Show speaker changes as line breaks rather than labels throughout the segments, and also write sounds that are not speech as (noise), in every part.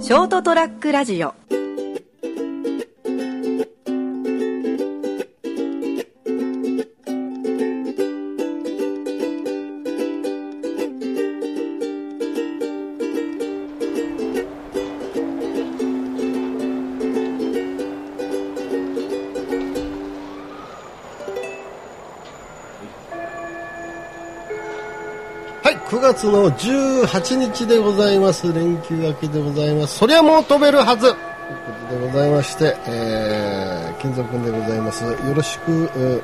ショートトラックラジオ
はい、9月の18日でございます。連休明けでございます。そりゃもう飛べるはずということでございまして、えー、金蔵君でございます。よろしく、えー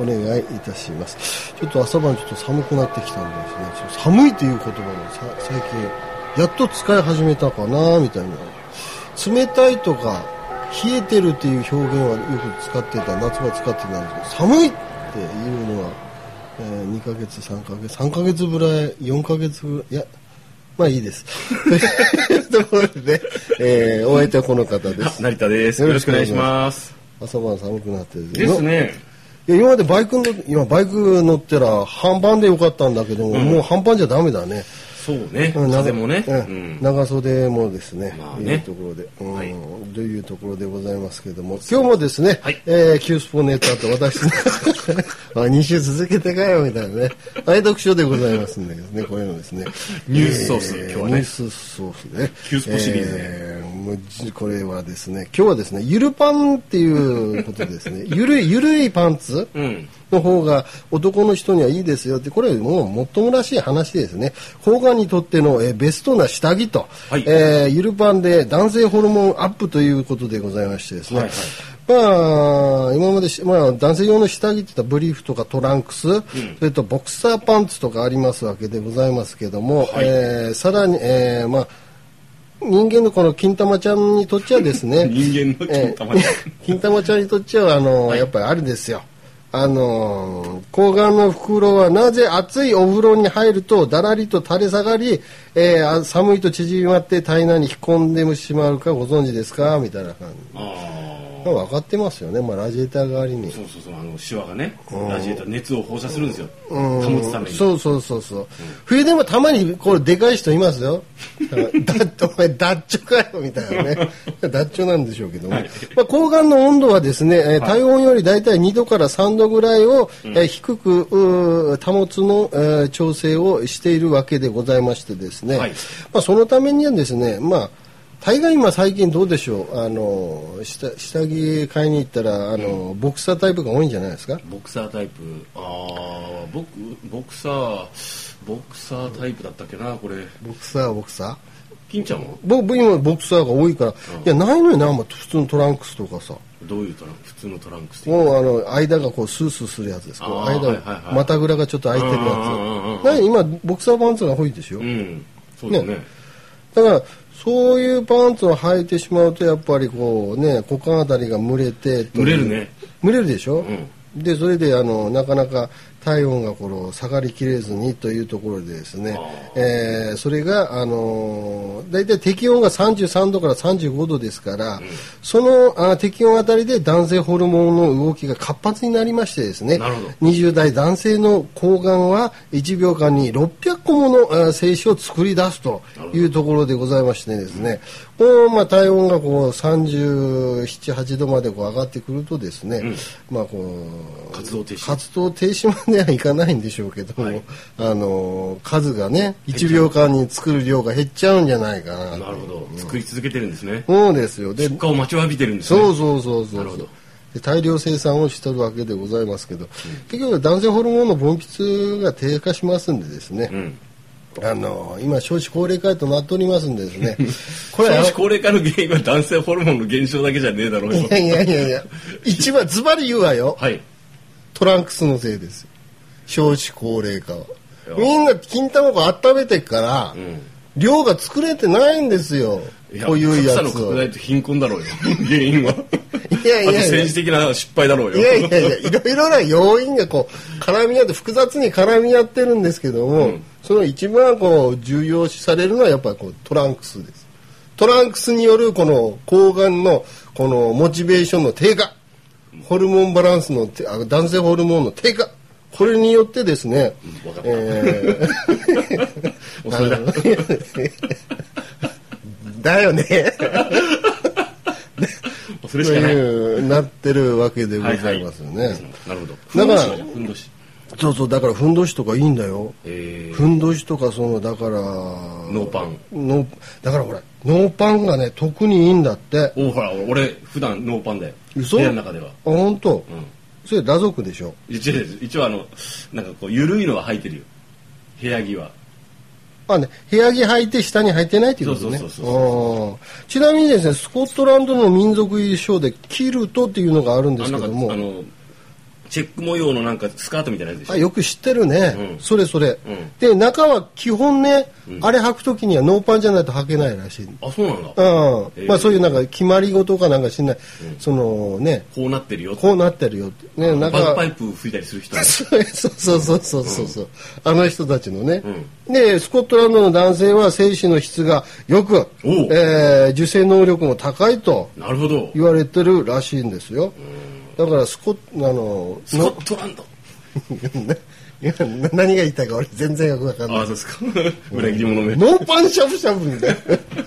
お願いいたします。ちょっと朝晩ちょっと寒くなってきたんでですね、ちょっと寒いという言葉もさ最近、やっと使い始めたかな、みたいな。冷たいとか、冷えてるっていう表現はよく使ってた、夏は使ってたんですけど、寒いっていうのは、えー2ヶ月、3ヶ月、3ヶ月ぐらい、4ヶ月ぐらい、いや、まあいいです。ということで、えー、お相手はこの方です。
成田です。よろしくお願いします。
朝晩寒くなってる
ですね。
いや今までバイクの今バイク乗ってら半パンでよかったんだけども、もう半パンじゃダメだね。
そうね。
うん
風もね。う
長うん
ん。
長袖もですね。
まあね
いうところで、うん
はい
というところでございますけども、今日もですね、
はい
えー、キュースポネタと
(laughs)
私の、あ、2週続けてかよ、みたいなね。愛読書でございますんでね、こういうのですね。
ニュースソース
え
今日はね
ニュースソースね。
キュースポシリーズね
えーもうじこれはですね、今日はですね、ゆるパンっていうことですね。 (laughs) ゆるい、ゆるいパンツ、
うん。
の方が男の人にはいいですよってこれもうもっともらしい話ですね睾丸にとっての、えーベストな下着と、
はい
えーゆるパンで男性ホルモンアップということでございましてですね、
はいはい
まあ、今までし、まあ、男性用の下着って言ったらブリーフとかトランクス、それとボクサーパンツとかありますわけでございますけども、
はい
えーさらに、えーまあ、人間のこの金玉ちゃんにとっちゃです
(laughs)
ね
人間の金玉ちゃん
ええ金玉ちゃんにとっちゃあの、やっぱりあれですよあの睾丸の袋はなぜ熱いお風呂に入るとだらりと垂れ下がり、えーあ寒いと縮まって体内に引っ込んでしまうかご存知ですかみたいな感じ、
ああ。
まあ、分かってますよね、まあ、ラジエーター代わりに
そうそうそう。あの、シワがね、ラジエーター熱を放射するんですよ。
う
保
ん
つために。
そうそうそうそう、冬でもたまにこれでかい人いますよ (laughs) だってお前ダッチョかよみたいなね (laughs) ダッチョなんでしょうけども、まあ、睾丸の温度はですね、えー体温より大体2度から3度ぐらいを、えー低くうー保つの、えー調整をしているわけでございましてですね、
はい
まあ、そのためにはですねまあ大概今最近どうでしょうあの下下着買いに行ったらあの、ボクサータイプが多いんじゃないですか
ボクサータイプ。ああ、僕、ボクサー、ボクサータイプだったっけな、これ。
ボクサーはボクサー
金ちゃんは
僕今ボクサーが多いから、いやないのよな、まあ、普通のトランクスとかさ
どういうトランク普通のトランクス
もうあの間がこうスースーするやつですこう
あー
間が、
はいはいはい
股ぐらがちょっと開いてるや
うんうんうんうん
つな今ボクサーパンツが多いでしょ、
うん。そうだね
ね。だからそういうパンツを履いてしまうとやっぱりこうね股間あたりが蒸れて
蒸れるね。
蒸れるでしょ、
ん
でそれであのなかなか体温がこの下がりきれずにというところでですね、えーそれが、あのー、大体適温が33度から35度ですから、そのあ適温あたりで男性ホルモンの動きが活発になりましてですね
なるほど
20代男性の睾丸は1秒間に600個ものあ精子を作り出すというところでございましてですね、こうまあ、体温がこう37、8度までこう上がってくるとですね、まあ、こう
活動停止
活動停止まではいかないんでしょうけども、
はい
あの数がね1秒間に作る量が減っちゃうんじゃないかな
なるほど。作り続けてるんですね。
そうですよで
結果を待ちわびてるんですね。
そうそうそうそ
な
う
るほど
で大量生産をしてるわけでございますけど、結局男性ホルモンの分泌が低下しますんでですね、
うん。
あの今少子高齢化へとなっておりますんでですねこ
(laughs) こ
れ
れ
は
少子高齢化の原因は男性ホルモンの減少だけじゃねえだろうよ
いやいやいやいや一番ズバリ言うわよ
はい
トランクスのせいですよ少子高齢化はい
や
みんな金玉を温めてっから、
ん
量が作れてないんですよ
い
こういうや
格
つ
差の
を
拡大と貧困だろうよ原因はい
やいやいや
あと政治的な失敗だろうよ
いやいやいや、いろいろな要因がこう、絡み合って、複雑に絡み合ってるんですけども、
うん
その一番こう、重要視されるのはやっぱりこう、トランクスです。トランクスによるこの、抗がんの、この、モチベーションの低下、ホルモンバランスの低、あ男性ホルモンの低下、これによってですね、
わかった
えー
(laughs) もうそれだ
あの (laughs) だよね。
(laughs) そ
と
れしかない。
いう、なってるわけでご
はい
ざいますよね。
なるほど。
だから
ふんどし。
そうそう、だから、ふんどしとかいいんだよ。
えー
ふんどしとか、その、だから、
ノーパン。
ノーだからこれ、ノーパンがね、特にいいんだって。
おほら、俺、普段ノーパンだよ。
嘘
部屋の中では
あ。、ほんと
うん。
それ、打足でしょ。
一応、一応あの、なんかこう、ゆるいのは履いてるよ。部屋着は。
あね、部屋着履いて下に履いてないということね。
そうそうそうそ
あーちなみにですね、スコットランドの民族衣装でキルトっていうのがあるんで
あ
す
な
け
んか、
ど
あ
も、あ
の、チェック模様のなんかスカートみたいなやつでしょ。
よく知ってるね、
うん
それそれ、
うん
で、中は基本ね、
ん
あれ履くときにはノーパンじゃないと履けないらしい。うん。
あ、そうなんだ。ー
まあそういうなんか決まり事かなんかしない、そのね、
こうなってるよ。
こうなってるよって。ね、な
バ
ん
グ
か
パイプ吹いたりする人も
(laughs) そうそうそうそうそうそう、あの人たちのね、
う
でスコットランドの男性は精子の質がよく、
おう
えー受精能力も高いと
なるほど。
言われてるらしいんですよだからスコあの
スコットランド。
の (laughs) いやな何が言いたいか俺全然よくわかんな
あ、
い
そうですか。 (laughs) 裏切り者め。
ノーパンしゃぶしゃぶみ
(laughs)
たいな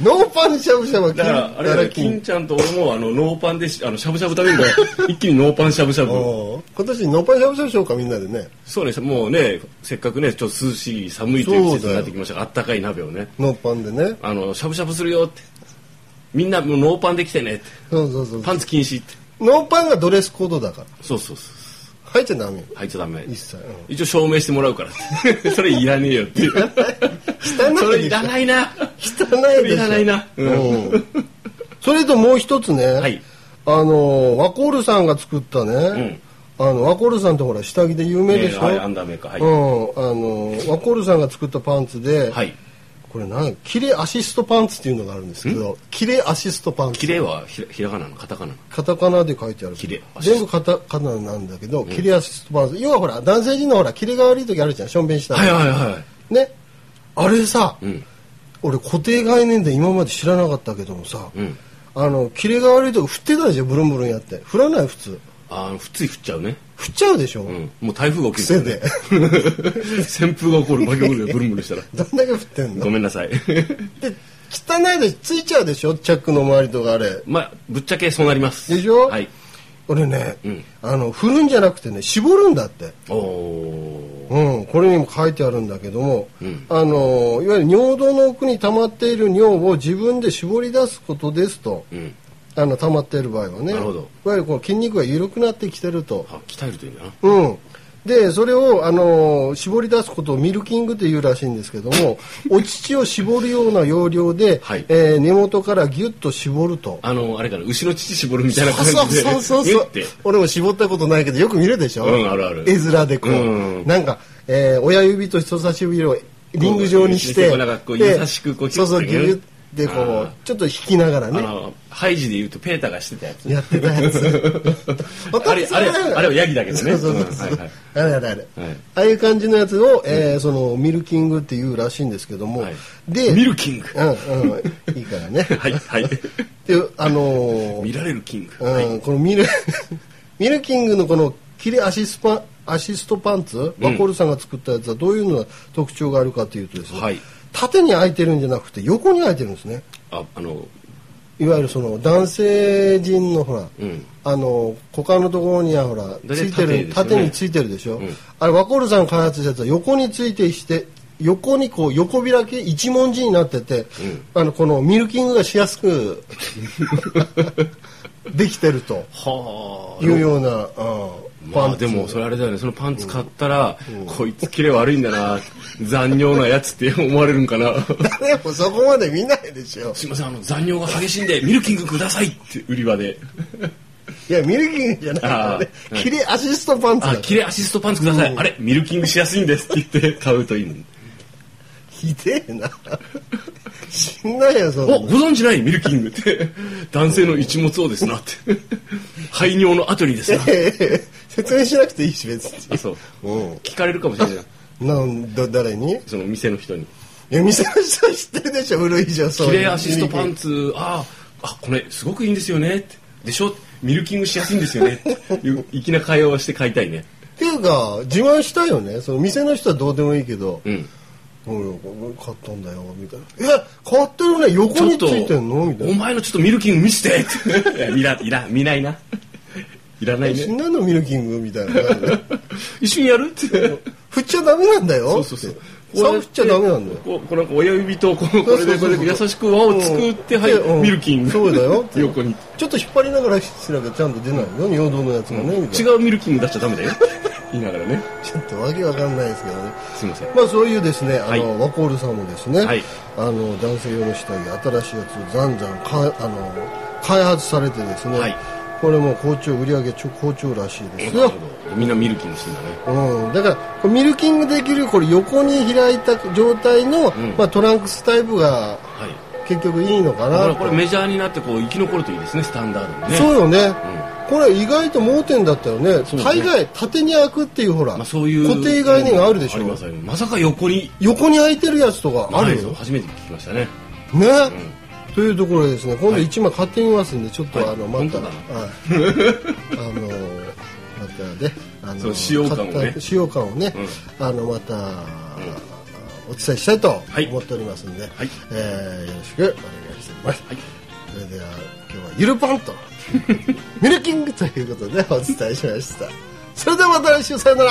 ノーパンしゃぶしゃぶは
だから、あれだよ、金ちゃんと俺も、あの、ノーパンでし、あの、しゃぶしゃぶ食べる (laughs) から、一気にノーパンしゃぶしゃぶ。
おう今年ノーパンしゃぶしゃぶしようかみんなでね
そうね、もうね、せっかくね、ちょっと涼しい、寒いという季節になってきましたから、あったかい鍋をね、
ノーパンでね
あの、しゃぶしゃぶするよって。みんなもうノーパンで来てねって。
そうそうそう
パンツ禁止って。
ノーパンがドレスコードだから
そうそうそう。
入っちゃダメよ
入っちゃダメ。
一切、うん
一応証明してもらうから (laughs) って。それいらねえよ (laughs) っていう。
汚い
それいらないな。
汚いでしょ
いらないな。うん。
うんそれともう一つね、
い
あのワコールさんが作ったね、あのワコールさんってほら下着で有名でしょ、
ねはいアンダーメーカーはい
うん、あのワコールさんが作ったパンツで、
はい。
これなんキレアシストパンツっていうのがあるんですけどキレアシストパンツ
綺麗はひらひらがなの、カタカナの。
カタカナで書いてある
キレアシス
全
ト
部カタカナなんだけど、キレアシストパンツ要はほら男性陣のほらキレが悪い時あるじゃんしょんべんしたら、
はいはいはい。
ねあれさ、
うん。
俺固定概念で今まで知らなかったけどもさ、
うん
あのキレが悪いとこ振ってたでしょブルンブルンやって振らない普通
あの、普通に振っちゃうね。
振っちゃうでしょ、
うん。もう台風が起き
癖
る。
で
旋風が起こる、化け物でブルンブルンし
(laughs)
たら。
どんだけ振ってんの
ごめんなさい。 (laughs)
で汚いでついちゃうでしょチャックの周りとかあれ
まあ、ぶっちゃけそうなります。
でしょ
はい。
俺ね、
うん
あの振るんじゃなくてね絞るんだって
お
う
ー。
ん、これにも書いてあるんだけども、
うん
あのいわゆる尿道の奥に溜まっている尿を自分で絞り出すことですと、
うん。
あの溜まっている場合はね
なるほど
いわゆるこの筋肉が緩くなってきてると、
あ、鍛えるといいんだな。
うん、でそれを、あのー絞り出すことをミルキングというらしいんですけど
(laughs)
もお乳を絞るような要領で、
はい
えー根元からギュッと絞ると。
あの、あれかな、牛の乳絞るみたいな感じ
そう
で。
そうそう
ギ
そ
ュ
う
って。
俺も絞ったことないけどよく見るでしょ、
うんあるある
絵面でこう、
うん
なんか、えー親指と人差し指をリング状にして
こうなんかこう
で
優しくこうギュッて
そうそうギュッでこ
あ
う
ー
ちょっと引きながら
あ
ね
の、ハイジで言うとペーターがしてたやつ。
やってたやつ
(laughs) あれ
(laughs)
あれあれはヤギだけどね
そうそうそう
うんはいはい
あれあれあれ、
はい
ああいう感じのやつを、えーそのミルキングっていうらしいんですけども、
はい
で
見る
(laughs)
キング。
うんうんいいからね
はい、
(laughs)
はい。
であのー
見られるキング。
うん
はい。
このミル (laughs) ミルキングのこの切れアシスパアシストパンツ、ワコールさんが作ったやつはどういうのが特徴があるかというとですね、
はい
縦に開いてるんじゃなくて横に開いてるんですね
あ、あの、
いわゆるその男性陣のほら、
うん
あの股間のところにはほら
大
つ
体
いてる
縦ですよね
縦,、についてるでしょ、
うん
あれワコールさんが開発したやつは横についてして横にこう横開き一文字になってて、あのこのミルキングがしやす
(laughs)
くできてると。
はあ。
いうような、うん
まあでもそれあれだよねそのパンツ買ったら、こいつキレ悪いんだな残尿なやつって思われるんかな
でもそこまで見ないでしょ
(laughs) すいませんあの残尿が激しいんでミルキングくださいって売り場で
いやミルキングじゃないからね (laughs)
あー
切れアシストパンツだ
あ
から
キレアシストパンツください、あれミルキングしやすいんですって言って買うといいのに
ひでえな死んないよそんな
お
の
ご存知ないミルキングって男性の一物をですなって (laughs) 排尿の後にですな
ええ説明しなくていいし別に
あそう
う
聞かれるかもしれない
んなんだ誰にい
その店の人に
や店の人は知ってるでしょ古い以上
「キレアシストパン
ツ
ツあーあこれすごくいいんですよね」って「でしょミルキングしやすいんですよね」っていう粋な会話をして買いたいね
っていうか自慢したよねその店の人はどうでもいいけど、
うん
うん、これ買ったんだよ、みたいな。え、買ってるね、横についてんのみた
お
いな。
前のちょっとミルキング見して (laughs) っていやいらいら見ないないらない
死
ね
んだのミルキングみたいな感じで。
一緒にやるって
振っちゃダメなんだよ。
そうそうそう
って触っちゃダメなんだよ。
こうこうなんか親指とこのこれでこれで優しく輪を作って
うん
はい
うん
ミルキング
そうだよ
横に
ちょっと引っ張りながらしなきゃちゃんと出ないよ、尿道のやつがね、みた
違
いな。
うミルキング出しちゃダメだよ言いながらね
ちょっとわけわかんないですけどね。
すいません
まあそういうですね、あ
はい
の、ワコールさんもですね、
はい
あの、男性用の下着、新しいやつ、ざんざん、か、あの、開発されてですね、
はい
これも好調、売り上げちょ好調らしいですよ。
みんなミルキングしてんだね
うん、だからこうミルキングできるこれ横に開いた状態の、
ん
まあ、トランクスタイプが
はい
結局いいのか
だから
な
ことれメジャーになってこう生き残るといいですねスタンダードにね
そうよね、
ん
これ意外と盲点だったよね
そうです
大
ね
概縦に開くっていうほら、
まあそういう
固定概念があるでし
あ
ょ
りますありますまさか横に
横に開いてるやつとかあ
ない
る
ぞ
よ、
初めて聞きましたね
ね、というところでですね今度1枚買ってみますんで、ちょっと
はい
あのまた、
本
はいあのまたねあ
そ
の
う使用感をね
買った使用感をね、あのまた、お伝えしたいと
はい
思っておりますんで、
はい
えーよろしくお願いします、それでは今日はゆるパンとミルキングということでお伝えしましたそれではまた来週さよなら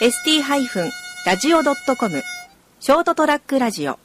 ST-radio.com ショートトラックラジオ